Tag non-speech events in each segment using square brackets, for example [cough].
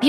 美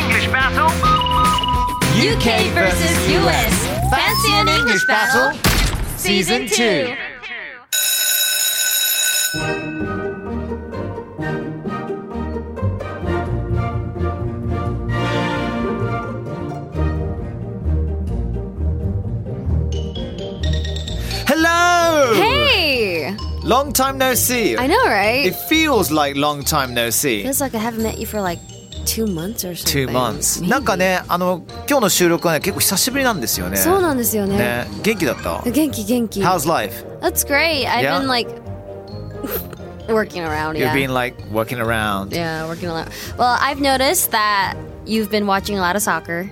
English battle. UK versus US. Fancy an English battle? Season 2. Hello! Hey! Long time no see. I know, right? It feels like long time no see. Feels like I haven't met you for like two months or something. two months. Maybe. なんかね、あの今日の収録はね、結構久しぶりなんですよね。そうなんですよね。ね、元気だった。元気元気。 How's life? That's great. I've Yeah? been like [laughs] working around. You've Yeah. been like working around. Yeah, working around. Well, I've noticed that you've been watching a lot of soccer.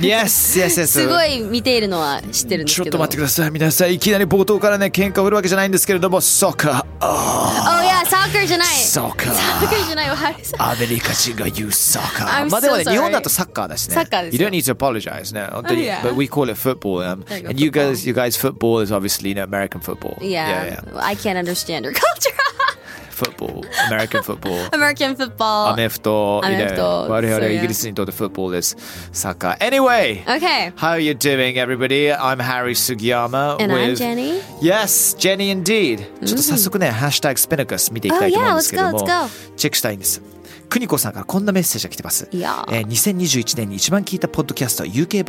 Yes, yes, yes. すごい見ているのは知ってるんですちょっけとど。待ってください皆さんいきなり冒頭からね喧嘩を売るわけじゃないんですけれどもソッカー Oh yeah, soccer じゃない。ソッカー [laughs] Soccer じゃないわ。ハリーさんアメリカ人が言うサッカ I'm ー so まあでもね sorry. 日本だとサッカーだしねサッカーです You よ don't need to apologize ね本当に Oh, yeah. But we call it football um, There you go, And you football. guys you guys football is obviously you know, American football Yeah, I can't understand your [laughs] culture. Football American [laughs] football American football. アメフトアメ you フ know ト我々 so, yeah. イギリスにとってフットボールですサッカー Anyway Okay. How are you doing, everybody? I'm Harry Sugiyama. And I'm with- Jenny. Yes, Jenny indeed. ちょっと早速ね、ハッシュタグスペナカス見ていきたいと思うんですけども、 Oh, yeah, let's go, let's チェックしたいんです。邦子さんからこんなメッセージが来てます。 Yeah. えー、2021年に一番聞いたポッドキャスト UKVSUS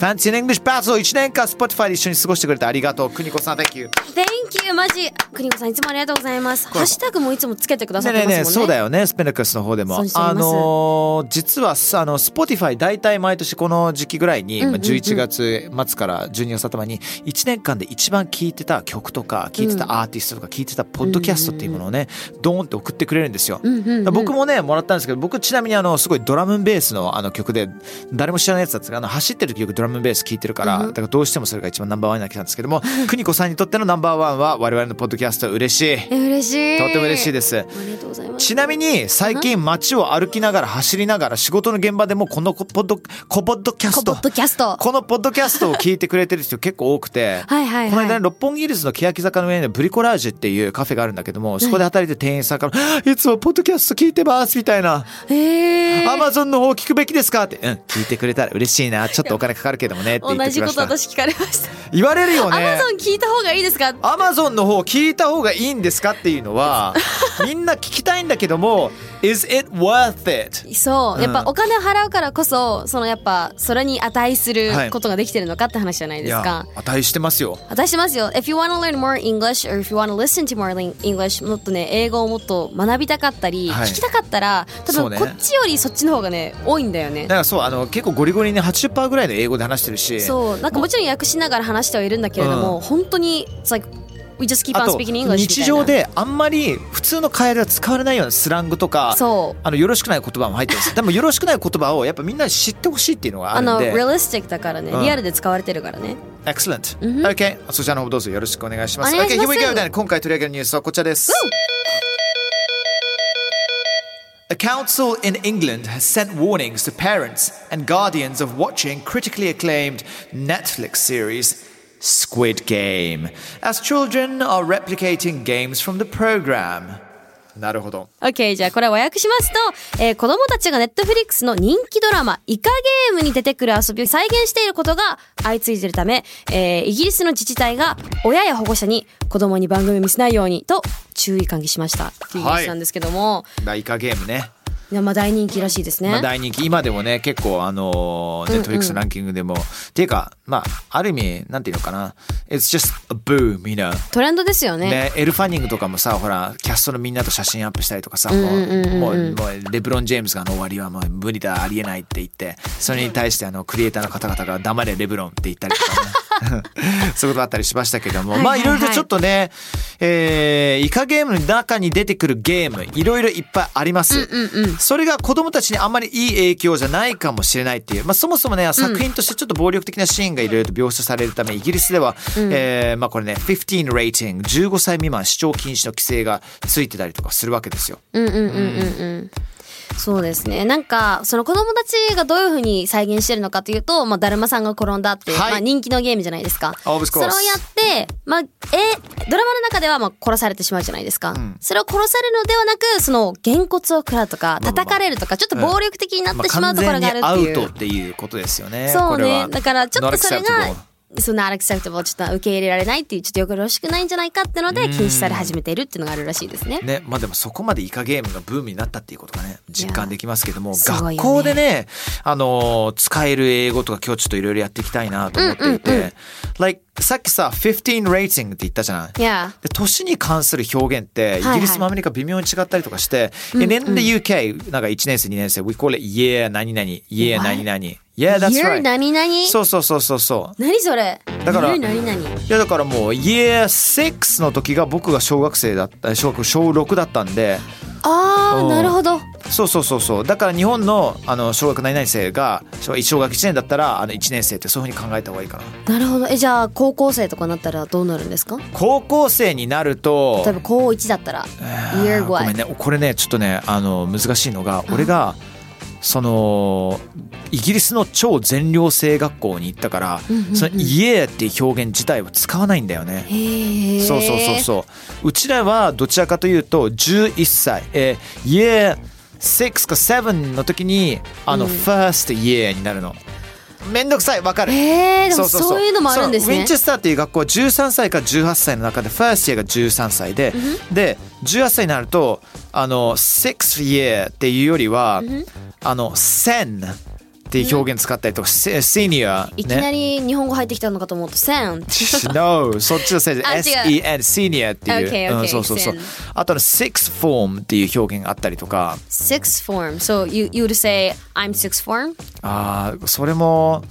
Fancy and English Battle を1年間 Spotify で一緒に過ごしてくれてありがとう。邦子さん、Thank you。 Thank you マジ国子さんいつもありがとうございますハッシュタグもいつもつけてくださねっえねてえまねえ、すもそうんだねよね、スペナクスの方でもそうし。ていまあすのー実はさ、あの、Spotify 大体毎年この時期ぐらいに、まあ11月末から12月頭に、1年間で一番聴いてた曲とか、聴いてたアーティストとか、聴いてたポッドキャストっていうものをね、ドーンって送ってくれるんですよ。だから僕もね、もらったんですけど、僕ちなみにあの、すごいドラムンベースのあの曲で、誰も知らないやつだったんですが、あの、走ってる時よくドラムンベース聴いてるから、だからどうしてもそれが一番ナンバーワンになってきたんですけども、邦子さんにとってのナンバーワンは、我々のポッドキャスト嬉しい。え嬉しいとても嬉しいでです。すありがとうございますちなみに最近街を歩きながら走りながら仕事の現場でもこのコポッドコポッドキャコスポトッドキャストこのポッドキャストを聞いてくれてる人結構多くてはいはいはいこの間ね六本木ヒルズの欅坂の上にブリコラージュっていうカフェがあるんだけどもそこで働いてる店員さんから [gasps] 「いつもポッドキャスト聞いてます」みたいな「えーアマゾンの方聞くべきですか?」って「うん聞いてくれたら嬉しいなちょっとお金かかるけどもね」って言っ [laughs] 同てきじまこしとた私聞かれました言われるよアねマゾン聞いた方がいいですかアマゾンの方聞いた方がいいんですかっていうの [laughs] はみんな聞きたいんだけども Is it worth it? そうやっぱお金を払うからこそそのやっぱそれに値するはいことができてるのかって話じゃないいですか、や値してますよ私しますよ。If you want to learn more English or if you want to listen to more ling- English もっとね、英語をもっと学びたかったり、はい聞きたかったら、多そう分ねこっちよりそっちの方がね、多いんだよねだ。からそうあの結構ゴリゴリに80%ぐらいの英語で話してるしそう、なんかもちろん訳しながら話してはいるんだけれども、本当に、it's like, we just keep on あと speaking English みたいな。日常、であんまり普通の会話では使われないようなスラングとかそう。あのよろしくない言葉も入ってるんですでもよろしくない言葉をやっぱみんなに知ってほしいっていうのがああるんの、で realistic だからね、うんリアルで使われてるからね。 Excellent、OK そちらの方どうぞよろしくお願いしますお願いします OK here we go then 今回取り上げるニュースはこちらです A council in England has sent warnings to parents and guardians of watching critically acclaimed Netflix series Squid Game, as children are replicating games from the program. なるほど。 OK、じゃあこれ和訳しますと、えー子供たちがネットフリックスの人気ドラマ、イカゲームに出てくる遊びを再現していることが相次いでいるため、えーイギリスの自治体が親や保護者に子供に番組見せないようにと注意喚起しましたっていうニュースなんですけども、ライカゲームね。いやまあ大人気らしいですね。まあ、大人気今でもね結構あのネットフリックスランキングでも、っていうかまあある意味なんていうのかな It's just a boom you know トレンドですよね。ね、エル・ファニングとかもさほらキャストのみんなと写真アップしたりとかさ、もうんうんうんうんもうもうレブロン・ジェームズがあの終わりはもう無理だありえないって言ってそれに対してあのクリエイターの方々が「黙れレブロン」って言ったりと [laughs] かね [laughs] そういうことあったりしましたけども、はいはいはいまあいろいろとちょっとね、えー、イカゲームの中に出てくるゲームいろいろいっぱいあります、それが子供たちにあんまりいい影響じゃないかもしれないっていう、まあ、そもそもね作品としてちょっと暴力的なシーンがいろいろと描写されるためイギリスでは、えーまあ、これね15レーティング15歳未満視聴禁止の規制がついてたりとかするわけですよ。うんうんうんうんうん。そうですね。なんか、その子供たちがどういうふうに再現してるのかというと、まあ、だるまさんが転んだっていう、はいまあ、人気のゲームじゃないですか。 Of course それをやって、まあ、えー、ドラマの中では、まあ、殺されてしまうじゃないですか。それを殺されるのではなく、その、げんこつを食らうとか、まあまあ叩かれるとか、ちょっと暴力的になっまてあ、しまう完ところ全がにあるアっていウう。トっていうことですよね。そうこれねは。だから、ちょっとそれ Not acceptable が、そのアレクセプトボちょっと受け入れられないっていう、ちょっとよくよろしくないんじゃないかってので、禁止され始めているっていうのがあるらしいですね。ね、まあでもそこまでイカゲームがブームになったっていうことがね、実感できますけども、すごい学よね校でね、あのー使える英語とか今日ちょっといろいろやっていきたいなと思っていて、like さっきさ、15 rating って言ったじゃない。 Yeah. で年に関する表現ってイギリスもアメリカ微妙に違ったりとかして、And in the UK なんか1年生2年生 We call it yeah 何々 yeah 何々 Yeah that's You're right 何々そうそうそうそうそう何それだから何何何いやだからもう Year6 の時が僕が小学生だった小学小6だったんであうあんなるほどそうそうそうそうだから日本のあの小学何々生が小小学1年だったらあの1年生ってそういうふうに考えた方がいいかななるほどえじゃあ高校生とかになったらどうなるんですか高校生になると例えば高1だったらあ Year ーごめ what? んねこれねちょっとねあの難しいのが俺がそのイギリスの超全寮制学校に行ったから、その「イエー」っていう表現自体は使わないんだよね。へえそうそうそうそう。うちらはどちらかというと11歳、えー、year 6か7の時にあの、first year になるの。めんどくさい、わかる。へえでもそういうのもあるんですそうウィねンチェスターっていう学校は13歳から18歳の中で first year が13歳で、で18歳になるとあの sixth year っていうよりは、あの sen っていう表現使ったりとか、せ senior いきなり日本語入ってきたのかと思うと「せん」 no そっちの先生あ違う SEN senior っていう、 Okay, okay, うん、そうそうそう sen あとの six form っていう表現があったりとか six form so you you would say I'm six form あーそれも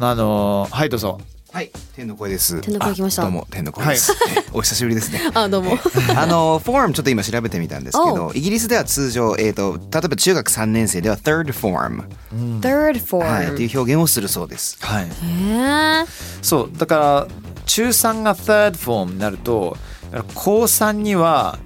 あのはいどうぞはい、天の声です。天の声来ましたあどうも、天の声です。 [laughs] お久しぶりですね。 [laughs] あどうもあのフォームちょっと今調べてみたんですけおど、イギリスでは通常えっ、と例えば中学3年生では third form、 third はい、と form いう表現をするそうです。はいへえそうだから中3が third form になるとだから高3には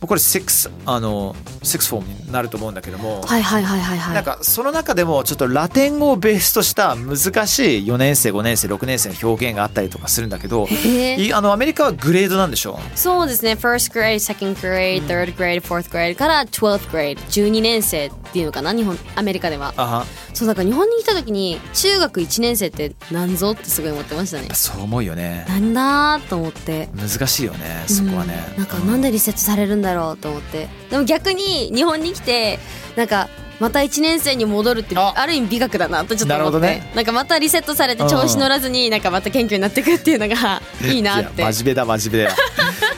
これ six あの six form になると思うんだけども、はいはいはいはいはなんいかその中でもちょっとラテン語をベースとした難しい4年生5年生6年生の表現があったりとかするんだけどへーいあのアメリカはグレードなんでしょそうですね first grade second grade third grade fourth grade から twelfth grade 12年生っていうのかな日本アメリカではあはそうだから日本に来た時に中学1年生って何ぞってすごい思ってましたねそう思うよねなんだーと思って難しいよねそこはね、なんかなんでリセットされるんだろうと思ってでも逆に日本に来てなんかまた1年生に戻るってあある意味美学だなとちょっとなる思ほってどねなんかまたリセットされて調子乗らずになんかまた謙虚になってくっていうのがいいなってや真面目だ真面 [laughs] 目だ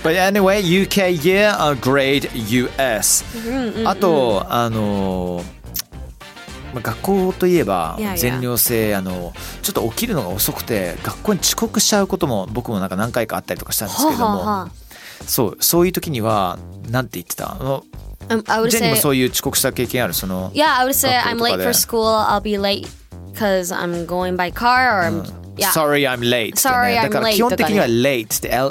But anyway UK year a grade US あとあのーまあ学校といえばいやいや全寮制あのちょっと起きるのが遅くて学校に遅刻しちゃうことも僕もなんか何回かあったりとかしたんですけどもはあはあはそうそういう時にはなんて言ってたあのあ Um, I would ジェニー say もそういう遅刻した経験あるその Yeah I would say 学校と I'm か late で for school I'll be late because I'm going by car or I'm、yeah Sorry, I'm late. ってね Sorry, I'm だから基 late 本と的かねには late って LATE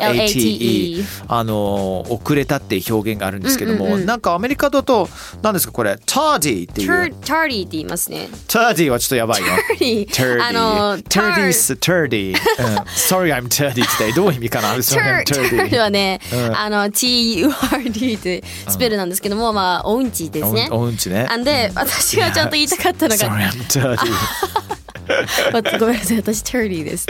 LATE。あの、遅れたっていう表現があるんですけども、なんかアメリカだと、何ですかこれ、tardy っていう Tur-。tardy って言いますね tardy はちょっとやばいよ。 tardy [laughs] Turdy. [laughs] あの Turdy is turdy. うん Sorry, I'm turdy today. どういう意味かなその Turd 辺 turd [laughs] turdy. はね、あの TURD ってスペルなんですけども、まあ Uh. 音痴ですね。おおうんちね。あんで私がちゃんと言いたかったの [laughs] Sorry, が I'm turdy. ごめんなさい、私、tardy です。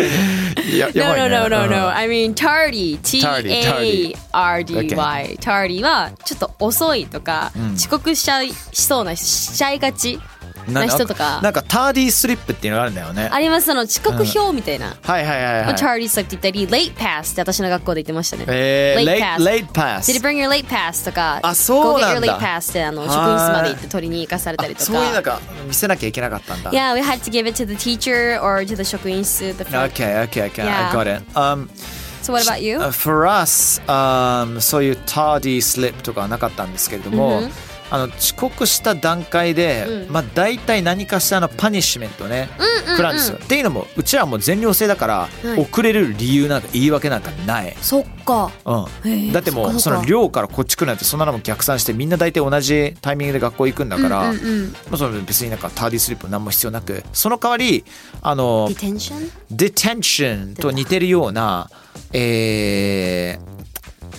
いや、や No, ばい no, ね。 no, no, うん no. I mean, tardy. Tardy, tardy. T-A-R-D-Y. Tardy は、ちょっと遅いとか、遅刻しちゃい、しそうな、しちゃいがちなな人とんか、なんかターディースリップっていうのがあるんだよね。あります、その遅刻表みたいな。はいはいはいはい。 Tardy slip って言ったり、late pass って私の学校で言ってましたね。えー、レイ pass レイパス。 Did you bring your late pass? とか、あそうなん Go get だ your late pass ってあの職員室まで行って取りに行かされたりとか。そういうなんか見せなきゃいけなかったんだ。 Yeah, we had to give it to the teacher or to the 職員室 the front. Okay, okay, okay. Yeah. I got it. Um, So what about you? uh, for us, um, そういう tardy slip とかはなかったんですけれども、あの遅刻した段階で、まあ大体何かしらのパニッシュメントね、食らうんですよ。っていうのもうちらはもう全寮制だから、はい遅れる理由なんか言い訳なんかない。そっか。うん、へえだってそっもかうそそっかの寮からこっち来るなんてそんなのも逆算してみんな大体同じタイミングで学校行くんだから、うんうんうんまあ、その別になんかターディースリップも何も必要なくその代わりあの Detention? デテンションと似てるような、えー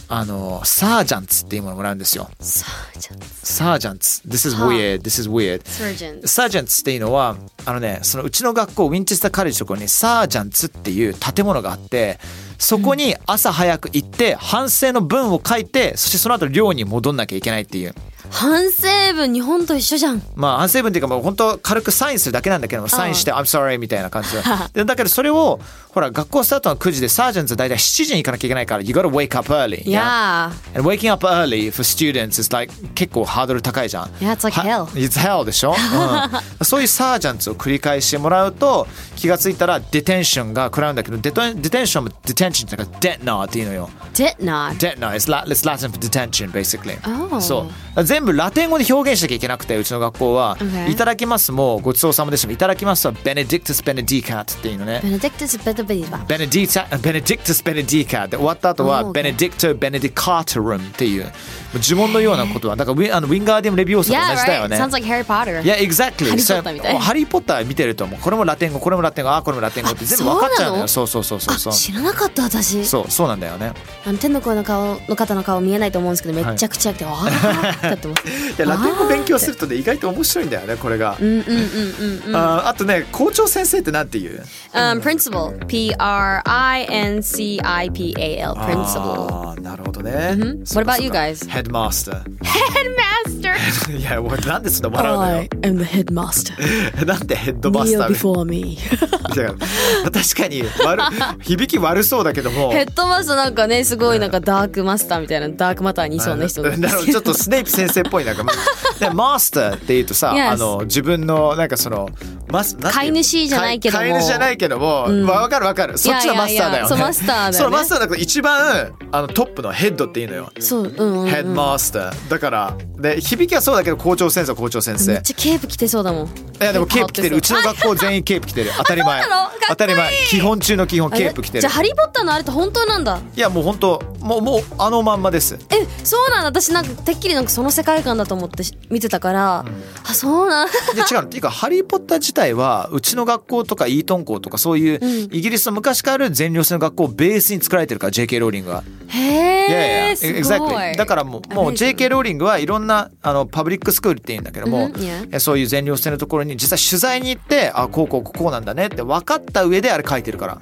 あのサージャンツっていうものもらうんですよ。 Sergeant. サージャンツ This is はあ weird, this is weird. Surgeon. サージャンツっていうのはあのねそのうちの学校ウィンチェスターカレッジのところにサージャンツっていう建物があってそこに朝早く行って反省の文を書いてそしてその後寮に戻んなきゃいけないっていう反省文日本と一緒じゃん。まあ反省文っていうかもう本当軽くサインするだけなんだけどもサインして「I'm sorry」みたいな感 [laughs] じででだけどそれをほら学校スタートの9時でサージャンツは大体7時に行かなきゃいけないから「You gotta wake up early」 Yeah. And waking up early for students is like 結構ハードル高いじゃん。 Yeah, it's like は hell. It's hell でしょ、うん [laughs] そういうサージャンツを繰り返してもらうと気がついたらデテンションが食らうんだけどデテンデテンションもデテンションってなんかデッナーっていうのよ。 Did not. デッナー is la- it's Latin for detention basically、 Oh. そうだから全部ラテン語で表現しなきゃいけなくてうちの学校は、 Okay. いただきますもごちそうさまでしたもいただきますは Benedictus Benedicat っていうのね Benedictus Benedict. ベネディタ、ベネディクトス・ベネディカで終わった後は、 Oh, okay. ベネディクト・ベネディカートルムっていう、もう呪文のような [laughs] ことは、だからウィンあのウィンガーディアム・レビューサと Yeah, 同じだよ right. ね。 Sounds like Harry Potter. いや、exactly. ハリーポッターみたいそうハリー・ポッター見てると、もうこれもラテン語、これもラテン語、あ、これもラテン語って全部分かっちゃうんだよ。あそうそうそうそうあそう。知らなかった私そう、そうなんだよね。あの天の声の顔の方の顔見えないと思うんですけどめっちゃくちゃくて、ああだって思っていや、ラテン語勉強するとね、意外と面白いんだよね、これが。うんうんうんうんうんああとね、校長先生ってなんて言う Um, principal. P R I N C I P A L. Principal. ああ、なるほどね。 What about you guys? Headmaster. [laughs] Headmaster. いや、俺なんでそんな笑うのよ。 am the headmaster. [laughs] なんでヘッドバ [laughs] スターみたいな me. だから確かに [laughs] 悪響き悪そうだけどもヘッドマスターなんかね、すごいなんかダークマスターみたいな、ダークマターにいそうな人な [laughs] んなるですほどちけどょっとスネイプ先生っぽいなん [laughs] かまあでマスターって言うとさ、 Yes あの自分のなんかそのマスなんていう飼い主じゃないけども飼い主じゃないけども、まあわかるわかるそっちのマスターだよねいやいやいやそうマスターだよ [laughs] ねそのマスターだから一番あのトップのヘッドっていうのよ、そう、うん、うん。ヘッドマスターだからで響きはそうだけど校長先生は校長先め生っちゃケープ着てそうだもん。いやでもケープ着てるうちの学校全員ケープ着て [laughs] る当たり前そうなのかっこいい当たり前基本中の基本あれケープ着てじるゃあ、ハリー・ポッターのあれって本当なんだ。いやもう本当もうもうあのまんまですえ、そうなんだ。私なんか、てっきりなんかその世界観だと思ってし見てたから、あ、そうなんで違うのっていうか「ハリー・ポッター」自体はうちの学校とかイートン校とかそういううんイギリスの昔からある全寮制の学校をベースに作られてるから JK ローリングは。いへえ、すごい。 exactly だからもうもう JK ローリングはいろんなあのパブリックスクールって言うんだけども、うん yeah えそういう全寮制のところに実際取材に行ってあこうこうこうこうなんだねって分かった上であれ書いてるからは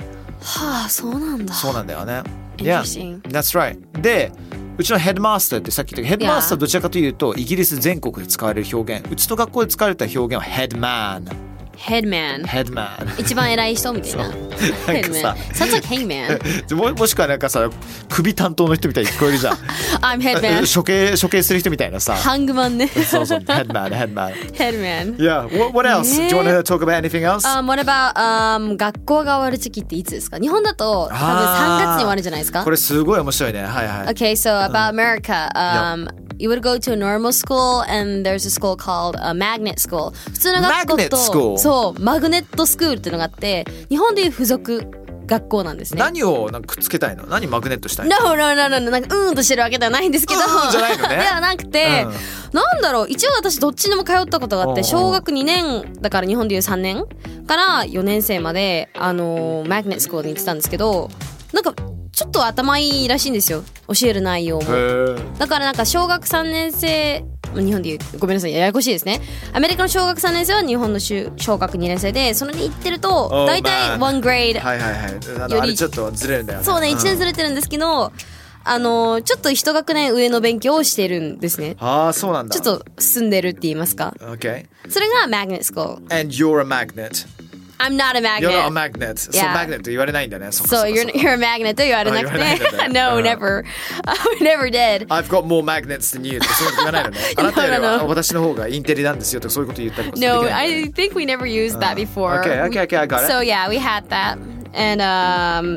あ、そうなんだ。そうなんだよね。 Interesting that's right でうちのヘッドマスターってさっき言ったヘッドマスター Yeah どちらかというとイギリス全国で使われる表現うちの学校で使われた表現はヘッドマンヘッドマン。ヘッドマン一番偉い人みたいな。ヘッドマン。Sounds like Hangman. ももしくはなんかさ首担当の人みたいに聞こえるじゃん I'm え Headman. 処刑処刑する人みたいなさハングマンね。そう [laughs] そうヘッドマンヘッドマン Headman. Yeah what, what else、ねえ do you want to talk about anything else、 Um, what about, um, 学校が終わる時期っていつですか日本だと多分3あー月に終わるじゃないですかこれすごい面白いねはいはい、 Okay, so about America, um, you would go to a normal school and there's a school called a magnet school. 普通の学校 Magnet school と、そう、マグネットスクールっていうのがあって、日本でいう付属学校なんですね。何をなんかくっつけたいの何マグネットしたいの No, no, no, no, no. なんか、うーんとしてるわけではないんですけど。うーん [laughs] じゃないのねではなくて、なんだろう、一応私どっちにも通ったことがあっうんうて、ん小学2年、だから日本でいう3年から4年生まで、あのー、マグネットスクールに行ってたんですけど、なんか、ちょっと頭いいらしいんですよ。教える内容も。へえだからなんか小学3年生日本で言うごめんなさいややこしいですねアメリカの小学3年生は日本の小小学2年生でそれに行ってるとおー大体まあ1グレードはいはいはいあのよりあれちょっとずれるんだよそうね、ん1年ずれてるんですけど、あのーちょっと一学年上の勉強をしてるんですね。ああそうなんだちょっと進んでるって言いますか。 OK それが magnet school。 and you're a magnet I'm not a you're not a magnet. magnet そう Yeah. magnet と言われないんだねそっかそそう、っか you're, you're a magnet と言われなくあ言われなくて。て [laughs] no, うん never. I never did. I've got more magnets than you とかそういうこと言わ [laughs] ないのねあなたより No, no, no. は私の方がインテリなんですよとかそういうこと言ったりとかでき No, ないのね I think we never used that before. okay, okay, okay, I got it. So yeah, we had that. And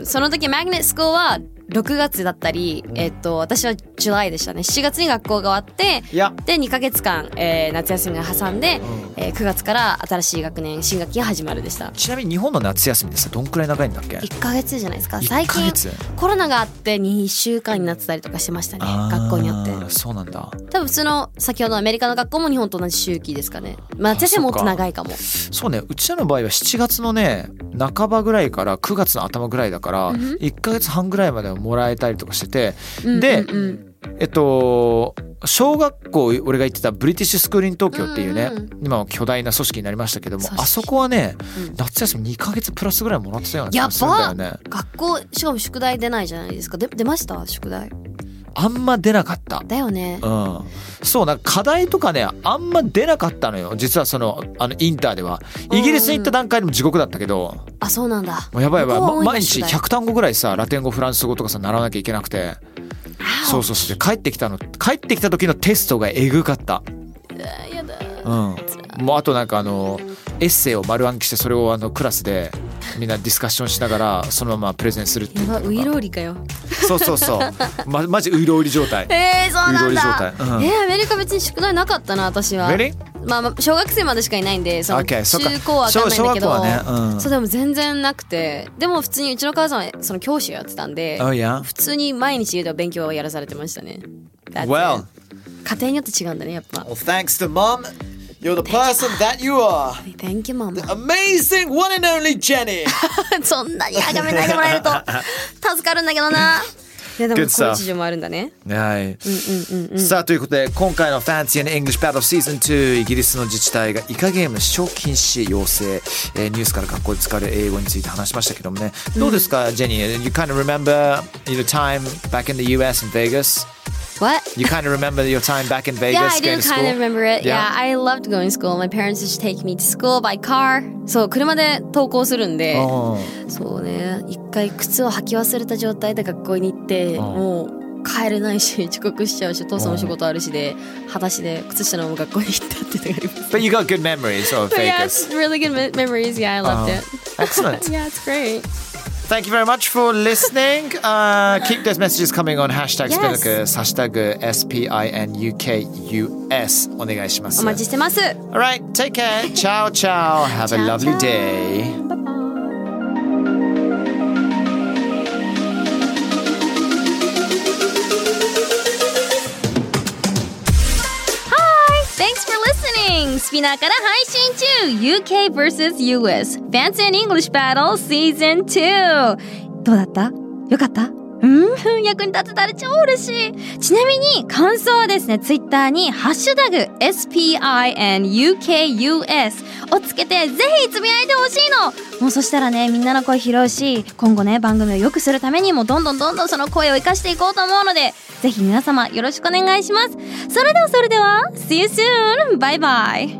um, その時 Magnet School は6月だったり、えっと私は July でしたね。7月に学校が終わって、いやで2ヶ月間、えー夏休みが挟んで、えー9月から新しい学年新学期が始まるでした。ちなみに日本の夏休みですどんくらい長いんだっけ1ヶ月じゃないですか。一最ヶ近月コロナがあって2週間になってたりとかしてましたね。あー学校によって。そうなんだ多分普通の先ほどのアメリカの学校も日本と同じ周期ですかね。まあ夏休みはもっと長いかも。そうねうちらの場合は7月のね半ばぐらいから9月の頭ぐらいだから1ヶ月半ぐらいまではもらえたりとかしてて、で、うんうんえっと小学校俺が行ってたブリティッシュスクールイン東京っていうね、うんう今は巨大な組織になりましたけども組織あそこはね、うん夏休み2ヶ月プラスぐらいもらってたような気やがばっするんだよね学校しかも宿題出ないじゃないですかで出ました宿題あんま出なかっただよねうん、そうなんか課題とかねあんま出なかったのよ実はそのあのインターではイギリスに行った段階でも地獄だったけど、あそうなんだもうやばいやばい、向こうまは多い毎な宿日題100単語ぐらいさラテン語フランス語とかさ習わなきゃいけなくてそうそうそうで帰ってきたの帰ってきた時のテストがえぐかったあやだうん、もうあとなんかあのエッセイを丸暗記してそれをあのクラスでみんなディスカッションしながらそのままプレゼンするっていやうばのウイロがーリかよそうそうそう、ま、マジウイロウリ状態 [laughs] えー、そうなんだウイローリ状態うんえーアメリカ別に宿題なかったな私は Really? まあまあ小学生までしかいないんでその Okay, 中そっか高は分かんないんだけど小小学校はねうんそうでも全然なくてでも普通にうちの母さんはその教師をやってたんで Oh yeah? 普通に毎日家では勉強をやらされてましたね That's it Well 家庭によって違うんだねやっぱ Well, thanks to mom, you're the person that you are. Thank you mom Amazing one and only Jenny. [laughs] そんなに崇めないでもらえる [laughs] と助かるんだけどな。いやで Good もこういう stuff. 事情もあるんだね。はい。さあということで今回の Fancy and English Battle Season 2イギリスの自治体がイカゲーム視聴禁止要請、えー、ニュースから学校で使われる英語について話しましたけどもね、どうですかジェニー You kind of remember your time back in the US in Vegas? What? You kind of remember your time back in Vegas? Yeah, I going do to kind school? of remember it. Yeah, Yeah. I loved going to school. My parents used to take me to school by car. そう、車で登校するんで。うんそうね。一回靴を履き忘れた状態で学校に行って、んもう。帰れないし遅刻しちゃうしお父さんお仕事あるしで裸足で靴下のまま学校に行ったっていうのがあります。 But you got good memories of But yeah, it's Vegas. really good me- memories. Yeah, I loved it. Excellent. Yeah, it's great. Thank you very much for listening. Uh, keep those messages coming on hashtag Yes. spinukus, hashtag S-P-I-N-U-K-U-S. お願いしますお。待ちしてます。 All right, take care. Ciao, ciao. Have a Ciao, lovely ciao. day. Hi! Thanks for listening! スピナーから配信中 !UK vs.US Fancy and English Battle Season 2! どうだったよかったうん役に立てたら超嬉しいちなみに感想はですね、ツイッターにハッシュタグ SPINUKUS をつけてぜひつぶやいてほしいのもうそしたらね、みんなの声拾うし、今後ね、番組を良くするためにもどんどんどんどんその声を生かしていこうと思うので、ぜひ皆様よろしくお願いします。それではそれでは、See you soon! バイバイ